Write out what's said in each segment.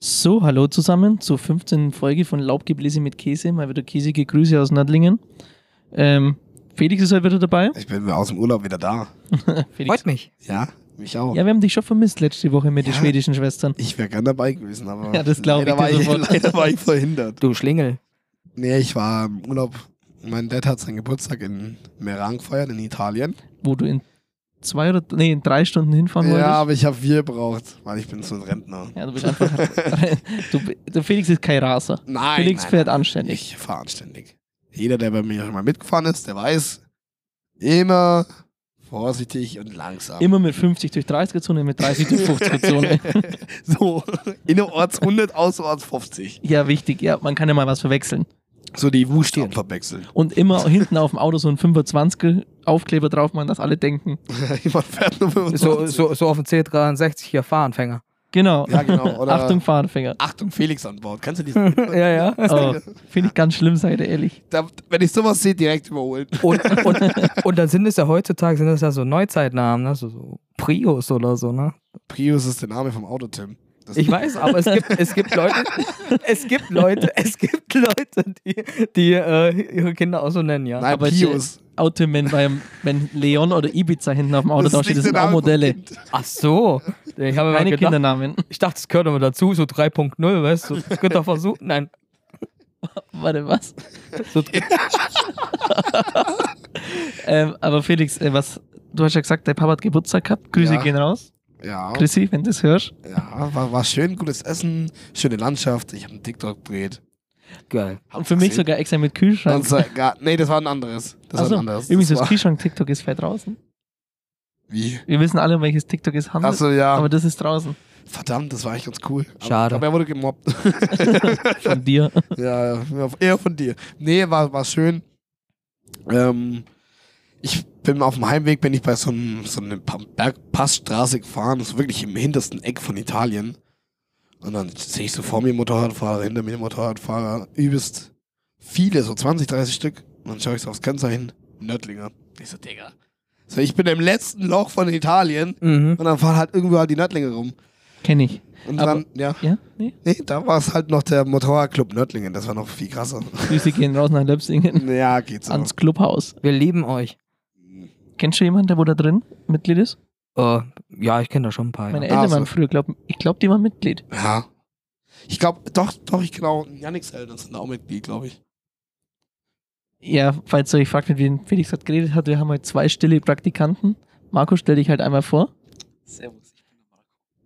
So, hallo zusammen zur 15. Folge von Laubgebläse mit Käse. Mal wieder käsige Grüße aus Nördlingen. Ähm, Felix ist heute wieder dabei. Ich bin aus dem Urlaub wieder da. Felix. Freut mich. Ja, mich auch. Ja, wir haben dich schon vermisst letzte Woche mit den Ja. schwedischen Schwestern. Ich wäre gern dabei gewesen, aber Ja, das glaub ich leider, war dir ich sofort. leider war ich verhindert. Du Schlingel. Nee, ich war im Urlaub. Mein Dad hat seinen Geburtstag in Merang gefeiert, in Italien. Wo du in zwei oder nee, in drei Stunden hinfahren Ja, wolltest. aber ich habe vier gebraucht, weil ich bin so ein Rentner. Ja, du bist einfach. du, der Felix ist kein Raser. Nein, Felix nein, fährt nein. anständig. Ich fahre anständig. Jeder, der bei mir schon mal mitgefahren ist, der weiß, immer vorsichtig und langsam. Immer mit 50 durch 30 gezogen, mit 30 durch 50 gezogen. so, innerorts 100, außerorts 50. ja, wichtig. Ja, man kann ja mal was verwechseln. So die Buchstaben verwechseln. Und immer hinten auf dem Auto so ein 25er Aufkleber drauf machen, dass alle denken. Jemand fährt nur 25. So, so, so auf dem C63 hier Fahranfänger. Genau. Ja, genau. Oder Achtung, Fahrradfänger. Achtung, Felix an Bord. Kannst du diesen. ja, ja. Oh, Finde ich ganz schlimm, seid ihr ehrlich. da, wenn ich sowas sehe, direkt überholen. Und, und, und dann sind es ja heutzutage sind das ja so Neuzeitnamen, ne? so, so Prius oder so, ne? Prius ist der Name vom Auto, Tim. Das Ich weiß, aber es gibt, es gibt Leute, es gibt Leute, es gibt Leute, die, die äh, ihre Kinder auch so nennen, ja. Nein, aber Prius. Automen, beim, wenn Leon oder Ibiza hinten auf dem Auto Das da ist steht, das nicht sind der auch Name vom Modelle. Kind. Ach so. Ich habe mir Keine gedacht, Kindernamen. ich dachte, es gehört immer dazu, so 3.0, weißt du, so dritter Versuch, nein, Warte, was? so dr- Ähm, aber Felix, äh, was, du hast ja gesagt, dein Papa hat Geburtstag gehabt. Grüße Ja. gehen raus. Ja, Chrissy, wenn du das hörst. ja war, war schön, gutes Essen, schöne Landschaft. Ich habe einen TikTok gedreht. geil. Und für mich gesehen. sogar extra mit Kühlschrank. Sonst, äh, gar, nee, das war ein anderes. Das Achso, war ein anderes. übrigens, das das war, Kühlschrank-TikTok ist weit draußen. Wie? Wir wissen alle, um welches TikTok es handelt, Achso, ja. aber das ist draußen. Verdammt, das war echt ganz cool. Aber- Schade. Aber er wurde gemobbt. Von dir. Ja, ja, eher von dir. Nee, war, war schön. Ähm, ich bin auf dem Heimweg, bin ich bei so, einem, so einer Pa- Bergpassstraße gefahren, so wirklich im hintersten Eck von Italien. Und dann sehe ich so vor mir Motorradfahrer, hinter mir Motorradfahrer, übelst viele, so 20, 30 Stück. Und dann schaue ich so aufs Kennzeichen, Nördlinger. Ich so, Digga. So, ich bin im letzten Loch von Italien Mhm. und dann fahren halt irgendwo halt die Nördlinger rum. Kenne ich. Und Aber- dann, ja. Ja? Nee? Nee, da war es halt noch der Motorradclub Nördlingen, das war noch viel krasser. Grüße gehen raus nach Löbsingen. Ja, geht so. Ans Clubhaus. Wir lieben euch. Kennst du jemanden, der wo da drin Mitglied ist? Äh, ja, ich kenne da schon ein paar. Meine Ja. Eltern Ah, so. waren früher, glaub, ich glaube, die waren Mitglied. Ja. Ich glaube, doch, doch, ich genau. Janiks Eltern sind auch Mitglied, glaube ich. Ja, falls ihr euch fragt, mit wem Felix gerade geredet hat, wir haben heute zwei stille Praktikanten. Marco, stell dich halt einmal vor. Servus.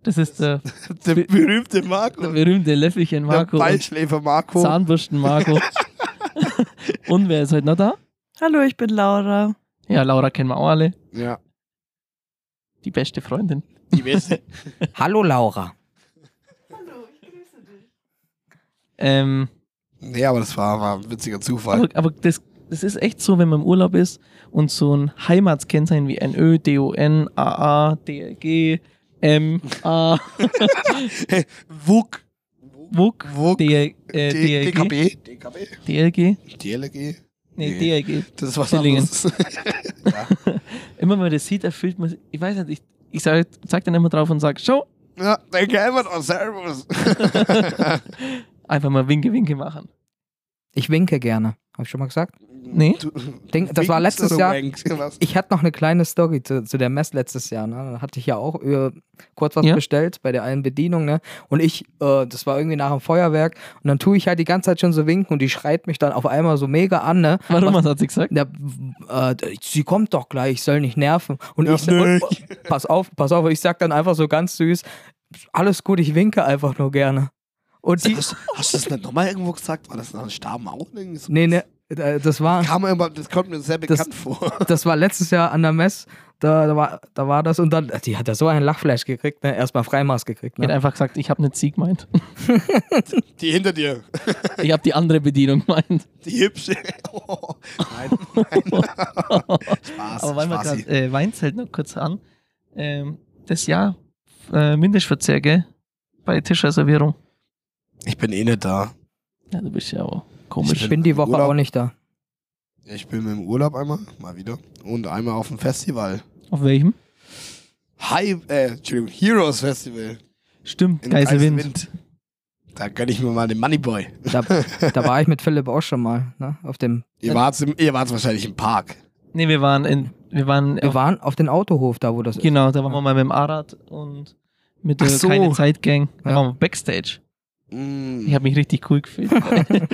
Das ist der, Der Be- berühmte Marco. der berühmte Löffelchen Der Marco und Beischläfer Marco. Zahnbürsten Marco. und wer ist heute noch da? Hallo, ich bin Laura. Ja, Laura kennen wir auch alle. Ja. Die beste Freundin. Die beste. Hallo Laura. Ähm, nee, aber das war, war ein witziger Zufall. aber aber das, das ist echt so, wenn man im Urlaub ist und so ein Heimatskennzeichen wie NÖ, DON, AA, DLG, M, A, Wuck. WUK, Wuck. DL, äh, D- DLG, DKB. DKB. DLG, DLG. nee, Nee. DLG, Das ist was Dillingen. anderes. ja. immer wenn man das sieht, erfüllt man, ich weiß nicht, ich, ich sag, zeig dann immer drauf und sag, schau, ja, der Gellmann und Servus. einfach mal Winke, Winke machen. Ich winke gerne. Habe ich schon mal gesagt? Nee? Du- Denk, das war Winkst letztes oder Jahr. wankst? Was? Ich hatte noch eine kleine Story zu, zu der Mess letztes Jahr. Ne? Da hatte ich ja auch äh, kurz was Ja. bestellt bei der einen Bedienung. Ne? Und ich, äh, das war irgendwie nach dem Feuerwerk. Und dann tue ich halt die ganze Zeit schon so winken und die schreit mich dann auf einmal so mega an. Ne? Warum, was hat sie gesagt? Ja, äh, sie kommt doch gleich, ich soll nicht nerven. Und Ja, ich und, nicht. pass auf, pass auf, ich sag dann einfach so ganz süß, alles gut, ich winke einfach nur gerne. Und sie, Hast, hast du das nicht nochmal irgendwo gesagt? War das nach Staben auch? irgendwie so? nee, nee, äh, das war, Kam irgendwann, das kommt mir sehr Das- bekannt vor. das war letztes Jahr an der Mess, da, da, war, da war das und dann, die hat ja so einen Lachflash gekriegt, ne? erstmal Freimaß gekriegt. Ich hätte Ne? einfach gesagt, ich habe nicht sie gemeint. Die hinter dir. Ich habe die andere Bedienung gemeint. Die hübsche. Oh, nein, nein. Spaß. Aber weil wir Spaßi. gerade äh, Weinzelt noch kurz an, ähm, das Jahr äh, Mindestverzehr, gell? Bei Tischreservierung. Ich bin eh nicht da. Ja, du bist ja auch Ich komisch. bin die Woche Urlaub. auch nicht da. Ich bin im Urlaub einmal, mal wieder. Und einmal auf dem Festival. Auf welchem? Hi, äh, Entschuldigung, Heroes Festival. Stimmt, in Geiselwind. Geiselwind. Da gönne ich mir mal den Moneyboy. Da, da war ich mit Philipp auch schon mal, ne? Auf dem. Ihr wart's, im, ihr wart's wahrscheinlich im Park. Nee, wir waren in. Wir waren. Wir waren auf dem Autohof, da wo das ist. genau, da waren wir mal mit dem Arad und mit der Ach so. Keine Zeit Gang. Da Ja. waren wir Backstage. Ich Mm. habe mich richtig cool gefühlt.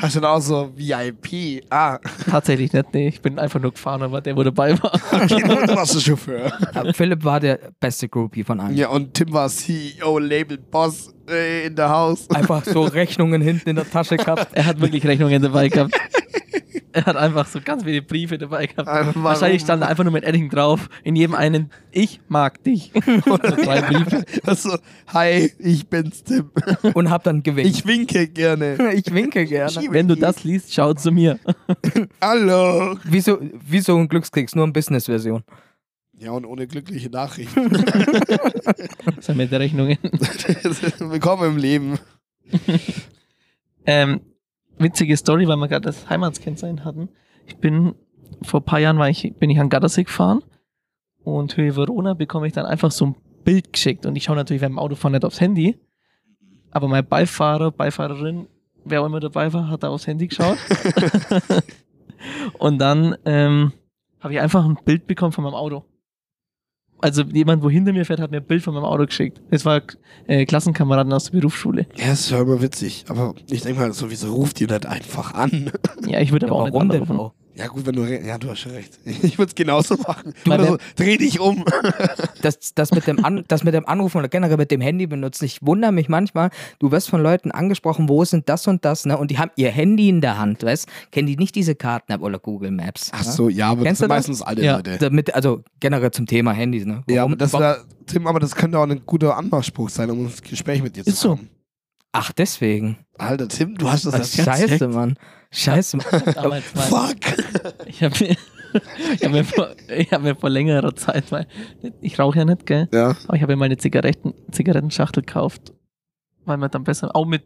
Hast du da auch so VIP? Ah, Tatsächlich nicht, nee. Ich bin einfach nur gefahren, aber der, wo dabei war. okay, du warst der Chauffeur. Aber Philipp war der beste Groupie von allen. Ja, und Tim war CEO, Label, Boss äh, in der Haus. Einfach so Rechnungen hinten in der Tasche gehabt. Er hat wirklich Rechnungen dabei gehabt. Er hat einfach so ganz viele Briefe dabei gehabt. Warum? Wahrscheinlich stand da einfach nur mit Edding drauf. In jedem einen, ich mag dich. Oder drei Briefe. Also, hi, ich bin's, Tim. Und hab dann gewinkt. Ich winke gerne. ich winke gerne. Wenn du das liest, schau zu mir. Hallo. Wie so, wie so ein Glückskeks, nur in Business-Version. Ja, und ohne glückliche Nachricht. Das sind mit der Rechnungen. Willkommen im Leben. Ähm, witzige Story, weil wir gerade das Heimatskennzeichen hatten. Ich bin, vor ein paar Jahren war ich, bin ich an Gardasee gefahren und Höhe Verona bekomme ich dann einfach so ein Bild geschickt und ich schaue natürlich beim Autofahren nicht aufs Handy, aber mein Beifahrer, Beifahrerin, wer auch immer dabei war, hat da aufs Handy geschaut. und dann ähm, habe ich einfach ein Bild bekommen von meinem Auto. Also jemand, wo hinter mir fährt, hat mir ein Bild von meinem Auto geschickt. Es war äh, Klassenkameraden aus der Berufsschule. Ja, das ist ja immer witzig. Aber ich denke mal, sowieso ruft ihr das einfach an. Ja, ich würde aber auch Warum nicht denn anrufen. auch? Ja, gut, wenn du. re- Ja, du hast schon recht. Ich würde es genauso machen. Du- Oder so, dreh dich um. das, das, mit dem An das mit dem Anrufen oder generell mit dem Handy benutzen. Ich wundere mich manchmal, du wirst von Leuten angesprochen, wo sind das und das, ne? Und die haben ihr Handy in der Hand, weißt? Kennen die nicht diese Karten-App oder Google Maps? Ach ne? so, ja, aber das Kennst du sind das? meistens alte Ja, Leute. Damit, also generell zum Thema Handys, ne? Ja, Warum- aber das warum- wär, Tim, aber das könnte auch ein guter Anmachspruch sein, um ins Gespräch mit dir Ist zu so. kommen. Ach, deswegen. Alter, Tim, du hast das Das als Scheiße, Mann. Scheiße, Mann. damals mal. Fuck. Ich habe mir, ich hab mir, vor- ich hab mir vor längerer Zeit mal, ich rauche ja nicht, gell? Ja. Aber ich habe mir meine Zigaretten, Zigarettenschachtel gekauft, weil man dann besser auch mit,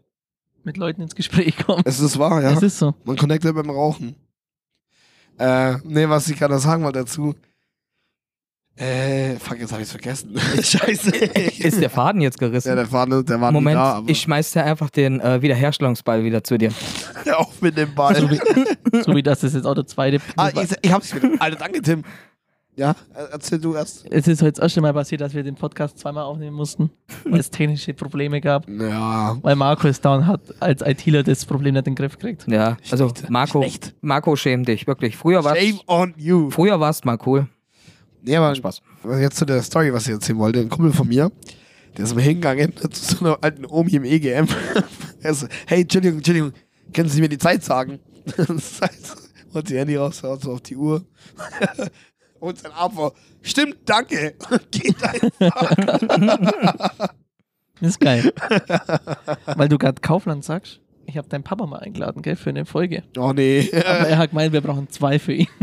mit Leuten ins Gespräch kommt. Es ist wahr, ja. Es ist so. Man connectet beim Rauchen. Äh, nee, was ich gerade noch sagen wollte dazu. Äh, fuck, jetzt habe ich vergessen. Scheiße. Ist der Faden jetzt ja, gerissen? der war, nicht- der war nicht Moment, da, aber ich schmeiß dir einfach den äh, Wiederherstellungsball wieder zu dir. auch mit dem Ball. So wie das ist jetzt auch der zweite. ah, ich, ich hab's wieder. Alter, danke, Tim. Ja, er- erzähl du erst. es ist heute das erste Mal passiert, dass wir den Podcast zweimal aufnehmen mussten, weil es technische Probleme gab. Ja. Weil Marco es down hat, als ITler das Problem nicht in den Griff kriegt. Ja, also Schlecht. Marco, Schlecht. Marco, schäm dich, wirklich. Früher war's, Shame on you. früher war's mal cool. Nee, aber Spaß. jetzt zu der Story, was ich erzählen wollte. Ein Kumpel von mir, der ist mal hingegangen zu so einer alten Omi im EGM. Er ist so, hey, Entschuldigung, Entschuldigung, können Sie mir die Zeit sagen? Das heißt, holt ihr Handy raus, schaut so auf die Uhr. Und sein Arm war, stimmt, danke. Geht einfach. Das ist geil. weil du gerade Kaufland sagst, ich habe deinen Papa mal eingeladen, gell, für eine Folge. oh nee. Aber er hat gemeint, wir brauchen zwei für ihn.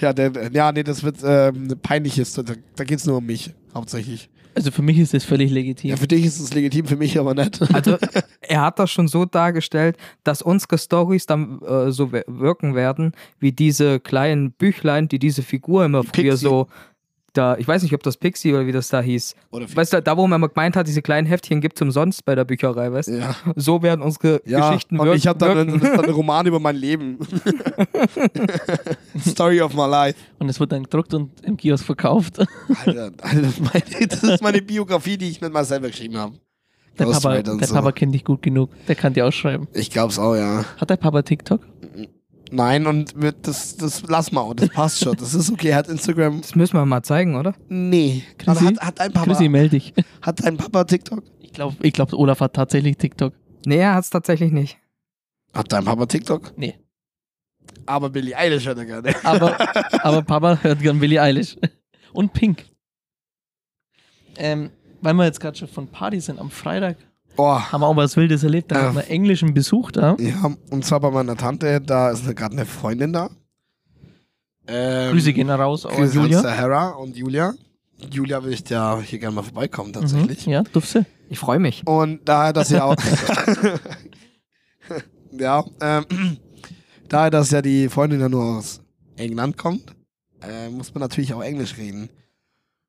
Ja, der, ja nee, das wird ähm, eine peinliche Story. Da, da geht es nur um mich, hauptsächlich. Also für mich ist das völlig legitim. Ja, für dich ist es legitim, für mich aber nicht. Also, er hat das schon so dargestellt, dass unsere Stories dann äh, so wir- wirken werden, wie diese kleinen Büchlein, die diese Figur immer früher Pixie. so. Da, ich weiß nicht, ob das Pixie oder wie das da hieß. Oder Weißt du, da wo man immer gemeint hat, diese kleinen Heftchen gibt es umsonst bei der Bücherei, weißt du? ja. So werden unsere Ja, Geschichten und wirken. ich habe dann, wirken. einen- das ist dann einen Roman über mein Leben. Story of my life. Und es wird dann gedruckt und im Kiosk verkauft. Alter, Alter meine, das ist meine Biografie, die ich mit mal selber geschrieben habe. Der Papa, Ghostwriter und der so. Papa kennt dich gut genug. Der kann dir ausschreiben. Ich glaub's auch, ja. Hat der Papa TikTok? Nein, und mit, das, das lass mal, das passt schon. Das ist okay. Hat Instagram. das müssen wir mal zeigen, oder? Nee. Aber Chrissy? hat, hat dein Papa. Chrissy, melde dich. Hat dein Papa TikTok? Ich glaube, ich glaub, Olaf hat tatsächlich TikTok. Nee, er hat es tatsächlich nicht. Hat dein Papa TikTok? Nee. Aber Billy Eilish hat er gerne. Aber, aber Papa hört gern Billie Eilish. Und Pink. Ähm, weil wir jetzt gerade schon von Party sind, am Freitag Boah. haben wir auch was Wildes erlebt. Da Ja. hatten wir englischen Besuch da. Ja, und zwar bei meiner Tante, da ist gerade eine Freundin da. Ähm, Grüße gehen raus, auch an Grüße an Julia. Mhm. Sahara und Julia. Julia würde ich ja hier gerne mal vorbeikommen, Mhm, tatsächlich. ja, durfte. Ich freue mich. Und daher, dass ja auch. ja, ähm, daher, dass ja die Freundin ja nur aus England kommt, äh, muss man natürlich auch Englisch reden.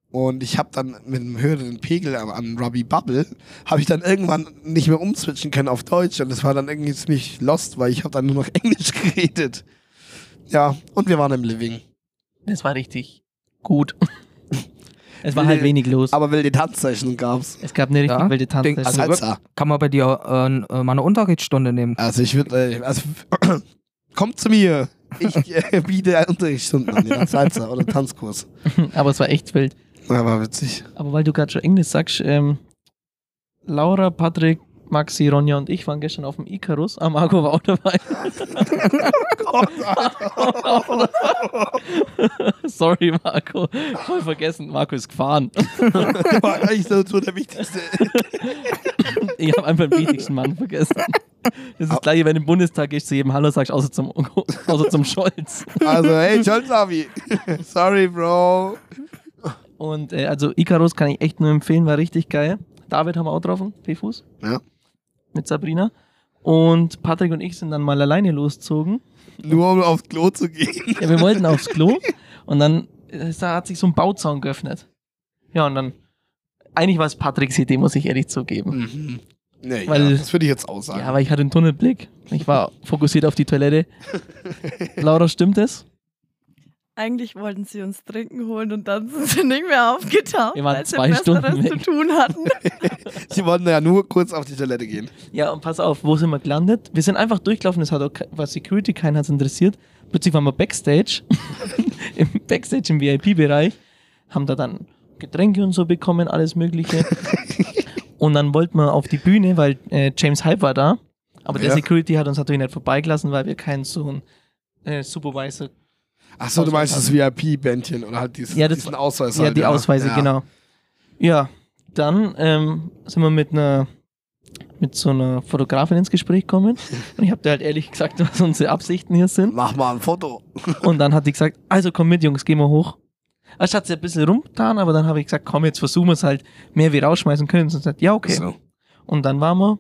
Und ich habe dann mit einem höheren Pegel an, an Robbie Bubble, habe ich dann irgendwann nicht mehr umswitchen können auf Deutsch. Und das war dann irgendwie ziemlich lost, weil ich habe dann nur noch Englisch geredet. Ja, und wir waren im Living. Das war richtig gut. es war halt Nee, wenig los. Aber wilde Tanzzeichen gab's. es gab eine richtig Ja, wilde Tanz. denk- also- Salsa. Kann man bei dir äh, äh, mal eine Unterrichtsstunde nehmen? Also ich würde, also kommt zu mir. Ich äh, biete Unterrichtsstunden an, ja, Salsa oder Tanzkurs. also aber es war echt wild. Ja, war witzig. Aber weil du gerade schon Englisch sagst, ähm, Laura, Patrick, Maxi, Ronja und ich waren gestern auf dem Icarus. Ah, Marco war auch dabei. Sorry, Marco. Voll vergessen. Marco ist gefahren. Der war eigentlich so, so der wichtigste. Ich habe einfach den wichtigsten Mann vergessen. Das ist gleich, wenn du im Bundestag gehst, zu jedem Hallo sagst, außer zum, außer zum Scholz. Also, hey, John Savi. Sorry, Bro. Und äh, also Icarus kann ich echt nur empfehlen, war richtig geil. David haben wir auch getroffen, P-Fuß. Ja. Mit Sabrina. Und Patrick und ich sind dann mal alleine losgezogen. Nur um aufs Klo zu gehen. Ja, wir wollten aufs Klo und dann äh, da hat sich so ein Bauzaun geöffnet. Ja, und dann, eigentlich war es Patricks Idee, muss ich ehrlich zugeben. Mhm. Nee, Weil- ja, das würde ich jetzt auch sagen. Ja, aber ich hatte einen Tunnelblick. Ich war fokussiert auf die Toilette. Laura, stimmt es? Eigentlich wollten sie uns trinken holen und dann sind sie nicht mehr aufgetaucht, Wir waren weil sie zwei Besseres Stunden zu weg. tun hatten. Sie wollten ja nur kurz auf die Toilette gehen. Ja, und pass auf, wo sind wir gelandet? Wir sind einfach durchgelaufen, das hat auch ke- was Security, keiner hat's interessiert. Plötzlich waren wir Backstage, im Backstage im VIP-Bereich, haben da dann Getränke und so bekommen, alles Mögliche. und dann wollten wir auf die Bühne, weil äh, James Hype war da. Aber der Ja. Security hat uns natürlich nicht vorbeigelassen, weil wir keinen so einen äh, Supervisor. Achso, du meinst das VIP-Bändchen oder halt dieses, Ja, das- diesen Ausweis. ja, halt, die Ausweise, Ja. genau. Ja, dann ähm, sind wir mit einer mit so einer Fotografin ins Gespräch gekommen. Und ich habe dir halt ehrlich gesagt, was unsere Absichten hier sind. Mach mal ein Foto. Und dann hat die gesagt, also komm mit, Jungs, gehen wir hoch. Erst hat sie ein bisschen rumgetan, aber dann habe ich gesagt, komm, jetzt versuchen wir es halt, mehr wie rausschmeißen können. Und sie hat gesagt, ja, okay. So. Und dann waren wir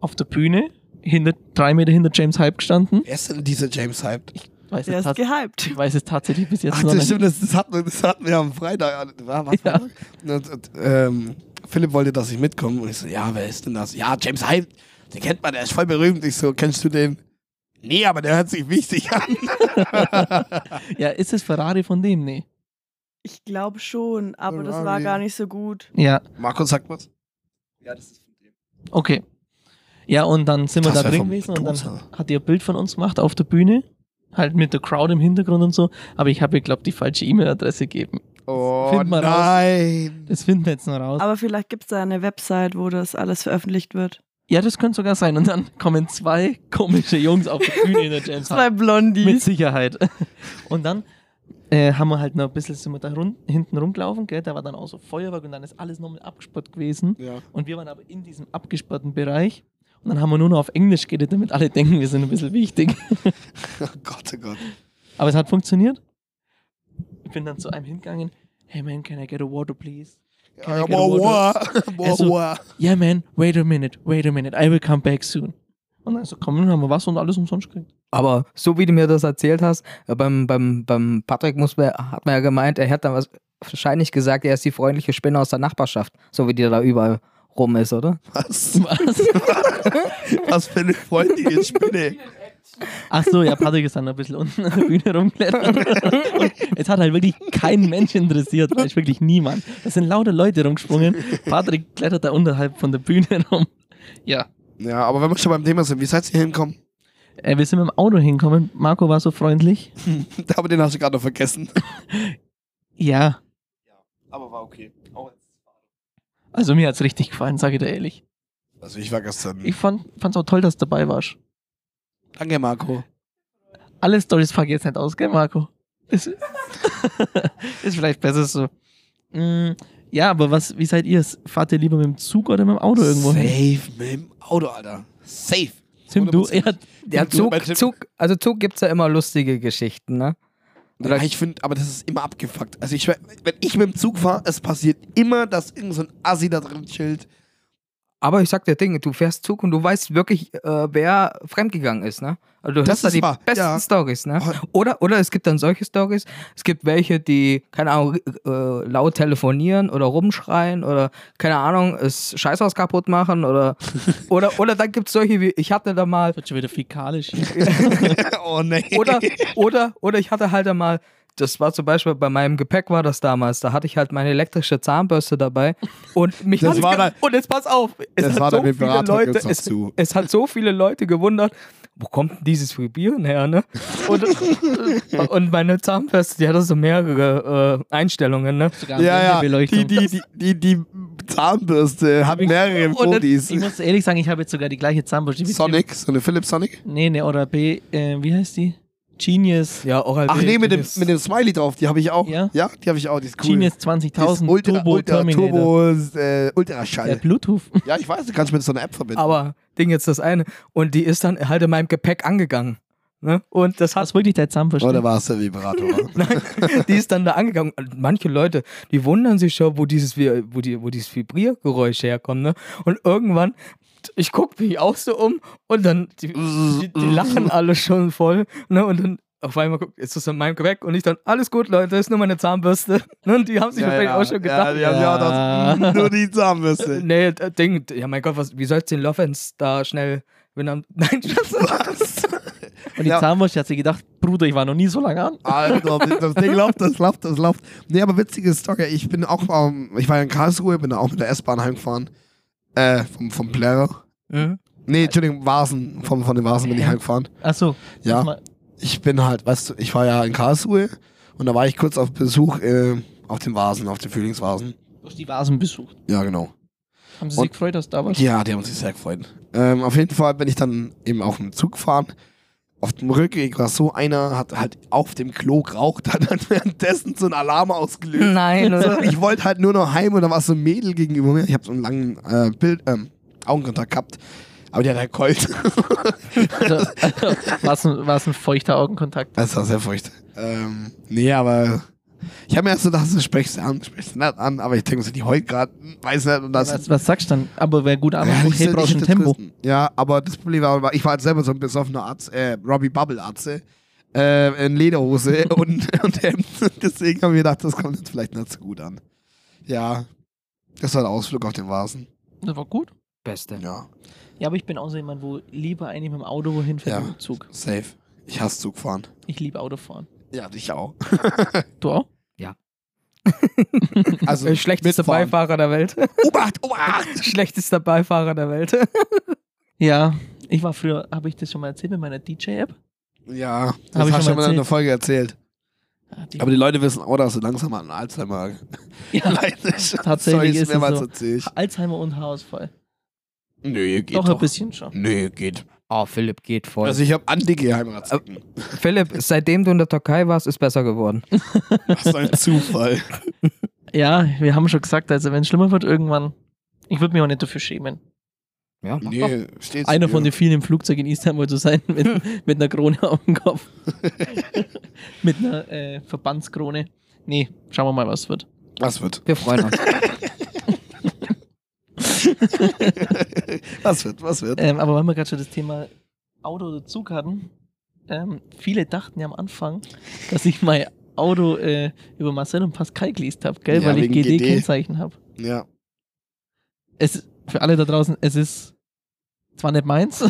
auf der Bühne, hinter, drei Meter hinter James Hype gestanden. Wer ist denn dieser James Hype? Weiß Der es ist tats- gehypt. ich weiß es tatsächlich bis jetzt Ach, noch das nicht. stimmt, das, das, hatten, wir- das hatten wir am Freitag. War, war Ja. Freitag? Und, und, ähm, Philipp wollte, dass ich mitkomme. Und ich so, ja, wer ist denn das? Ja, James Hyde. Den kennt man, der ist voll berühmt. Ich so, kennst du den? Nee, aber der hört sich wichtig an. Ja, ist es Ferrari von dem? Nee. Ich glaube schon, aber das war Ferrari. gar nicht so gut. Ja, Markus sagt was. Ja, das ist von dem. okay. Ja, und dann sind wir Das da wär drin vom gewesen und dann Dose. hat ihr ein Bild von uns gemacht auf der Bühne. Halt mit der Crowd im Hintergrund und so. Aber ich habe ihr, glaube die falsche E-Mail-Adresse gegeben. Oh Find mal raus. nein. Das finden wir jetzt noch raus. Aber vielleicht gibt es da eine Website, wo das alles veröffentlicht wird. Ja, das könnte sogar sein. Und dann kommen zwei komische Jungs auf die Bühne in der James Zwei Hyde. Mit Blondies. Sicherheit. Und dann äh, haben wir halt noch ein bisschen sind wir da run hinten rumgelaufen, gell? Da war dann auch so Feuerwerk und dann ist alles nochmal abgesperrt gewesen. Ja. Und wir waren aber in diesem abgesperrten Bereich. Und dann haben wir nur noch auf Englisch geredet, damit alle denken, wir sind ein bisschen wichtig. Oh Gott, oh Gott. Aber es hat funktioniert. Ich bin dann zu einem hingegangen. Hey man, can I get a water, please? Can I Ja, get a boah, water? boah. Boah, Also- boah. Yeah man, wait a minute, wait a minute, I will come back soon. Und dann so, komm, dann haben wir Wasser und alles umsonst gekriegt. Aber so wie du mir das erzählt hast, äh, beim, beim, beim Patrick muss man, hat man ja gemeint, er hat dann was, wahrscheinlich gesagt, er ist die freundliche Spinne aus der Nachbarschaft. So wie die da überall rum ist, oder? Was? Was? Was für eine freundliche Spinne. Ach so, ja, Patrick ist dann ein bisschen unten an der Bühne rumklettert. Und es hat halt wirklich keinen Mensch interessiert, weil ich wirklich niemand. Es sind lauter Leute rumgesprungen. Patrick klettert da unterhalb von der Bühne rum. Ja. Ja, aber wenn wir schon beim Thema sind, wie seid ihr hier hinkommen? Äh, wir sind mit dem Auto hingekommen. Marco war so freundlich. Aber den hast du gerade noch vergessen. Ja. Aber war okay. Also mir hat's richtig gefallen, sage ich dir ehrlich. Also ich war gestern. Ich fand, fand's auch toll, dass du dabei warst. Danke, Marco. Alle Stories pack ich jetzt nicht aus, gell, Marco? Ist, ist vielleicht besser so. Mm, ja, aber was, wie seid ihr? Fahrt ihr lieber mit dem Zug oder mit dem Auto irgendwo hin? Safe mit dem Auto, Alter. Safe. Tim, du, ja, Ja, Du, Zug, mein Tipp. Zug, also Zug gibt es ja immer lustige Geschichten, ne? Ja, ich finde, aber das ist immer abgefuckt. Also ich, wenn ich mit dem Zug fahre, es passiert immer, dass irgend so ein Assi da drin chillt. Aber ich sag dir Ding, du fährst Zug und du weißt wirklich, äh, wer fremdgegangen ist, ne? Also du Das hörst da ist die wahr, besten ja. Stories, ne? Oh. Oder, oder es gibt dann solche Stories. Es gibt welche, die, keine Ahnung, äh, laut telefonieren oder rumschreien oder, keine Ahnung, es Scheißhaus kaputt machen oder, oder, oder dann gibt es solche wie, ich hatte da mal Wird schon wieder fäkalisch. oh nee. oder, oder, oder ich hatte halt einmal, das war zum Beispiel bei meinem Gepäck war das damals, da hatte ich halt meine elektrische Zahnbürste dabei und mich Das hat- war da- und jetzt pass auf, es das hat war so da mit viele Beratung Leute, jetzt noch es, zu. es hat so viele Leute gewundert, wo kommt denn dieses Vibrieren her, ne? Und, und meine Zahnbürste, die hatte so mehrere äh, Einstellungen, ne? Sogar am Ende ja, ja, die, Beleuchtung. die, die, die, die Zahnbürste hat mehrere und dann- Modis. Ich muss ehrlich sagen, ich habe jetzt sogar die gleiche Zahnbürste. wie- Sonic, so eine Philips Sonic. Nee, nee, oder B, äh, wie heißt die? Genius. Ja, auch halt Ach nee, mit dem, mit dem Smiley drauf, die habe ich auch. Ja? die habe ich auch, die ist cool. Genius Die ist 20.000 Ultra, Turbo Ultra, Terminator. Turbo, äh, Der Ultraschall. Bluetooth. Ja, ich weiß, du kannst mit so einer App verbinden. aber Ding jetzt das eine und die ist dann halt in meinem Gepäck angegangen, ne? Und das hat Das ist wirklich der Zahnbürste. Oder war es der Vibrator? Nein, die ist dann da angegangen. Und manche Leute, die wundern sich schon, wo dieses, Vi- wo die, wo dieses Vibriergeräusch herkommt. Ne? Und irgendwann, ich gucke mich auch so um und dann, die, die, die lachen alle schon voll. Ne? Und dann auf einmal guckt, ist das in meinem Gepäck und ich dann, alles gut, Leute, ist nur meine Zahnbürste. Ne? Und die haben sich wahrscheinlich auch schon Ja, gedacht. die haben ja auch das, nur die Zahnbürste. Nee, das Ding, ja mein Gott, was, wie soll's den Loffens da schnell, wenn am, nein, Was? Und die Ja. Zahnwurst hat sich gedacht, Bruder, ich war noch nie so lange an. Alter, das Ding läuft, das läuft, das läuft. Nee, aber witzige Story. Ich bin auch, ähm, ich war in Karlsruhe, bin da auch mit der S-Bahn heimgefahren. Äh, vom, vom Plärrer. Mhm. Nee, Entschuldigung, Vasen. Vom, von den Vasen bin ich heimgefahren. Achso. Ja. ich bin halt, weißt du, ich war ja in Karlsruhe und da war ich kurz auf Besuch äh, auf dem Vasen, auf dem Frühlingsvasen. Du hast die Vasen besucht. Ja, genau. Haben sie Und- sich gefreut, dass du da warst? Ja, die haben sich sehr gefreut. Ähm, auf jeden Fall bin ich dann eben auf dem Zug gefahren. Auf dem Rückweg war so einer, hat halt auf dem Klo geraucht, hat dann währenddessen so einen Alarm ausgelöst. Nein, So, ich wollte halt nur noch heim und da war so ein Mädel gegenüber mir. Ich habe so einen langen äh, Bild, ähm, Augenkontakt gehabt. Aber die hat halt geheult. Also, war, es ein, war es ein feuchter Augenkontakt? Das war sehr feucht. Ähm, nee, aber ich habe mir erst so gedacht, so, sprechst du an, sprechst du nicht an, aber ich denke so, die heult gerade, hm, weiß nicht. Und das Was, was sagst du dann? Aber wäre gut, aber Ja, ich hey, hätte- ich brauchst du ein hätte Tempo. Christen. Ja, aber das Problem war, ich war halt selber so ein besoffener Arzt, äh, Robbie Bubble Arzt, äh, in Lederhose und, und Hemd. Deswegen haben wir gedacht, das kommt jetzt vielleicht nicht so gut an. Ja, das war ein Ausflug auf den Vasen. Das war gut. Beste. Ja, Ja, aber ich bin auch so jemand, wo lieber eigentlich mit dem Auto wohin fährt Ja. mit dem Zug. safe. Ich hasse Zugfahren. Ich liebe Autofahren. Ja, dich auch. Du auch? Also, Der Schlechteste mitfahren. äh, Beifahrer der Welt. Obacht, Obacht! Schlechtester Beifahrer der Welt. Ja. Ich war früher, habe ich das schon mal erzählt mit meiner DJ-App? Ja, das Hab ich habe ich schon schon mal mal erzählt. in einer Folge erzählt. Ah, die- Aber die Leute wissen auch, dass du langsam an Alzheimer ja, leidest. Tatsächlich Sorry, ist es mehrmals so. erzählt. Alzheimer und Haarausfall. Nö, geht Doch, doch. ein bisschen schon. Nö, geht. Oh, Philipp geht voll. Also ich habe Anti-Geheimratsecken. Philipp, seitdem du in der Türkei warst, ist besser geworden. Was ein Zufall. Ja, wir haben schon gesagt, also wenn es schlimmer wird irgendwann, ich würde mich auch nicht dafür schämen. Ja, mach doch. Nee, steht Einer von den vielen im Flugzeug in Istanbul zu sein mit, mit einer Krone auf dem Kopf. mit einer äh, Verbandskrone. Nee, schauen wir mal, was wird. Was wird? Wir freuen uns. Was wird? Was wird? Ähm, aber weil wir gerade schon das Thema Auto oder Zug hatten, ähm, viele dachten ja am Anfang, dass ich mein Auto äh, über Marcel und Pascal gelesen habe, gell? Ja, weil ich wegen GD. GD-Kennzeichen habe. Ja. Es für alle da draußen, es ist zwar nicht meins,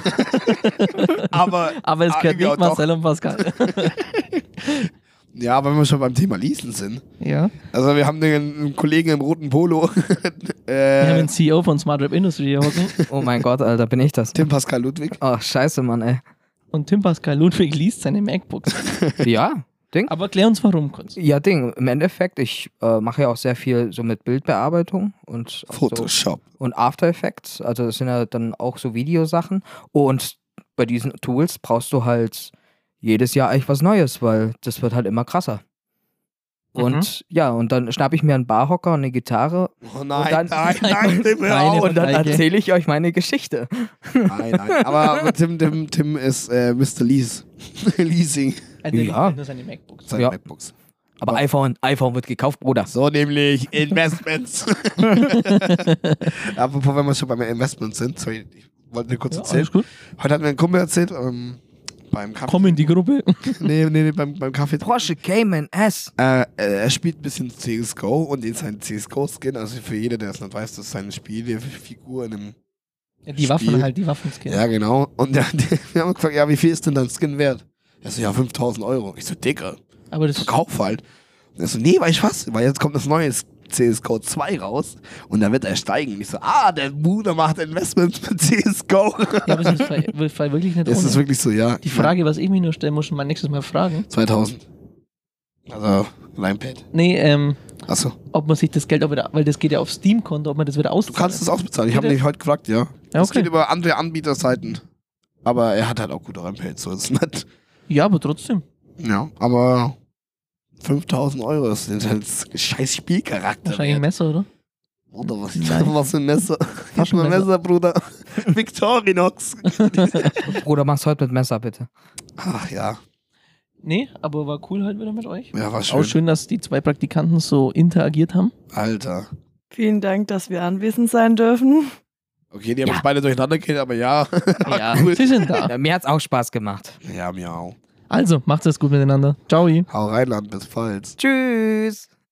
Aber aber es Ah, gehört ja, nicht doch. Marcel und Pascal. ja, wenn wir schon beim Thema Leasen sind. ja. Also wir haben den, einen Kollegen im roten Polo, Wir haben äh, den CEO von Smart Rap Industry hier hocken Oh mein Gott, Alter, bin ich das. Tim Pascal Ludwig. Oh, scheiße, Mann, ey. und Tim Pascal Ludwig liest seine MacBooks. Ja, Ding. Aber klär uns warum kurz. Ja, Ding. Im Endeffekt, ich äh, mache ja auch sehr viel so mit Bildbearbeitung und auch so Photoshop. und After Effects. Also das sind ja dann auch so Videosachen. Und bei diesen Tools brauchst du halt jedes Jahr eigentlich was Neues, weil das wird halt immer krasser. Und ja, und dann schnappe ich mir einen Barhocker und eine Gitarre Oh Und nein, dann- nein, nein, Tim, hör Nein, auf. und dann Feige. erzähle ich euch meine Geschichte. nein, nein. Aber Tim, Tim, Tim ist äh, Mr. Lease. Leasing. Also, der Ja. liest halt nur seine MacBooks. Seine Ja. MacBooks. Aber iPhone, iPhone wird gekauft, Bruder. So nämlich Investments. Apropos, wenn wir schon beim Investment sind, sorry, ich wollte nur kurz Ja, erzählen. alles gut. Heute hat mir ein Kumpel erzählt, ähm, beim Kaffee. Komm in die Gruppe. Nee, nee, nee, beim, beim Kaffee. Porsche Cayman S. Äh, äh, er spielt ein bisschen CSGO und in seinem CSGO-Skin, also für jeder, der es nicht weiß, das ist seine Spielfigur in einem. Die Waffen Spiel. halt, die Waffenskins. Ja, genau. Und der, wir haben gefragt, ja, wie viel ist denn dein Skin wert? Er so, ja, 5000 Euro. Ich so, Dicker, Aber das verkauf halt. Und er so, nee, weißt du was? Weil jetzt kommt das neue CSGO 2 raus und da wird er steigen. Ich so, ah, der Bruder macht Investments mit CSGO. ja, aber das ist frei- wir- frei wirklich nicht Das ist ohne. wirklich so, ja. Die Frage, was ich mir nur stellen muss, schon mal nächstes Mal fragen. 2000. Also, Limepad. Nee, ähm, Achso. ob man sich das Geld auch wieder, weil das geht ja auf Steam-Konto, ob man das wieder Du auszahlt. kannst es ausbezahlen. Ich habe Bitte? mich heute gefragt, ja. Ja, Es okay. geht über andere Anbieterseiten. Aber er hat halt auch gute Rampage, so ist es nicht. Ja, aber trotzdem. Ja, aber 5000 Euro ist das halt ein scheiß Spielcharakter. Wahrscheinlich ein wert. Messer, oder? Oder was, Nein. was für ein Messer? Hast du ein Taschenmesser. Messer, Bruder? also Victorinox. Bruder, mach's heute mit Messer, bitte. Ach ja, Nee, aber war cool halt wieder mit euch. ja, war schön. Auch schön, dass die zwei Praktikanten so interagiert haben. Alter. Vielen Dank, dass wir anwesend sein dürfen. Okay, die haben jetzt beide durcheinander geredet, aber ja. Ja. cool. Sie sind da. Ja, mir hat's auch Spaß gemacht. Ja, miau. Also, macht's es gut miteinander. Ciao. Hau rein, Land, bis bald. Tschüss.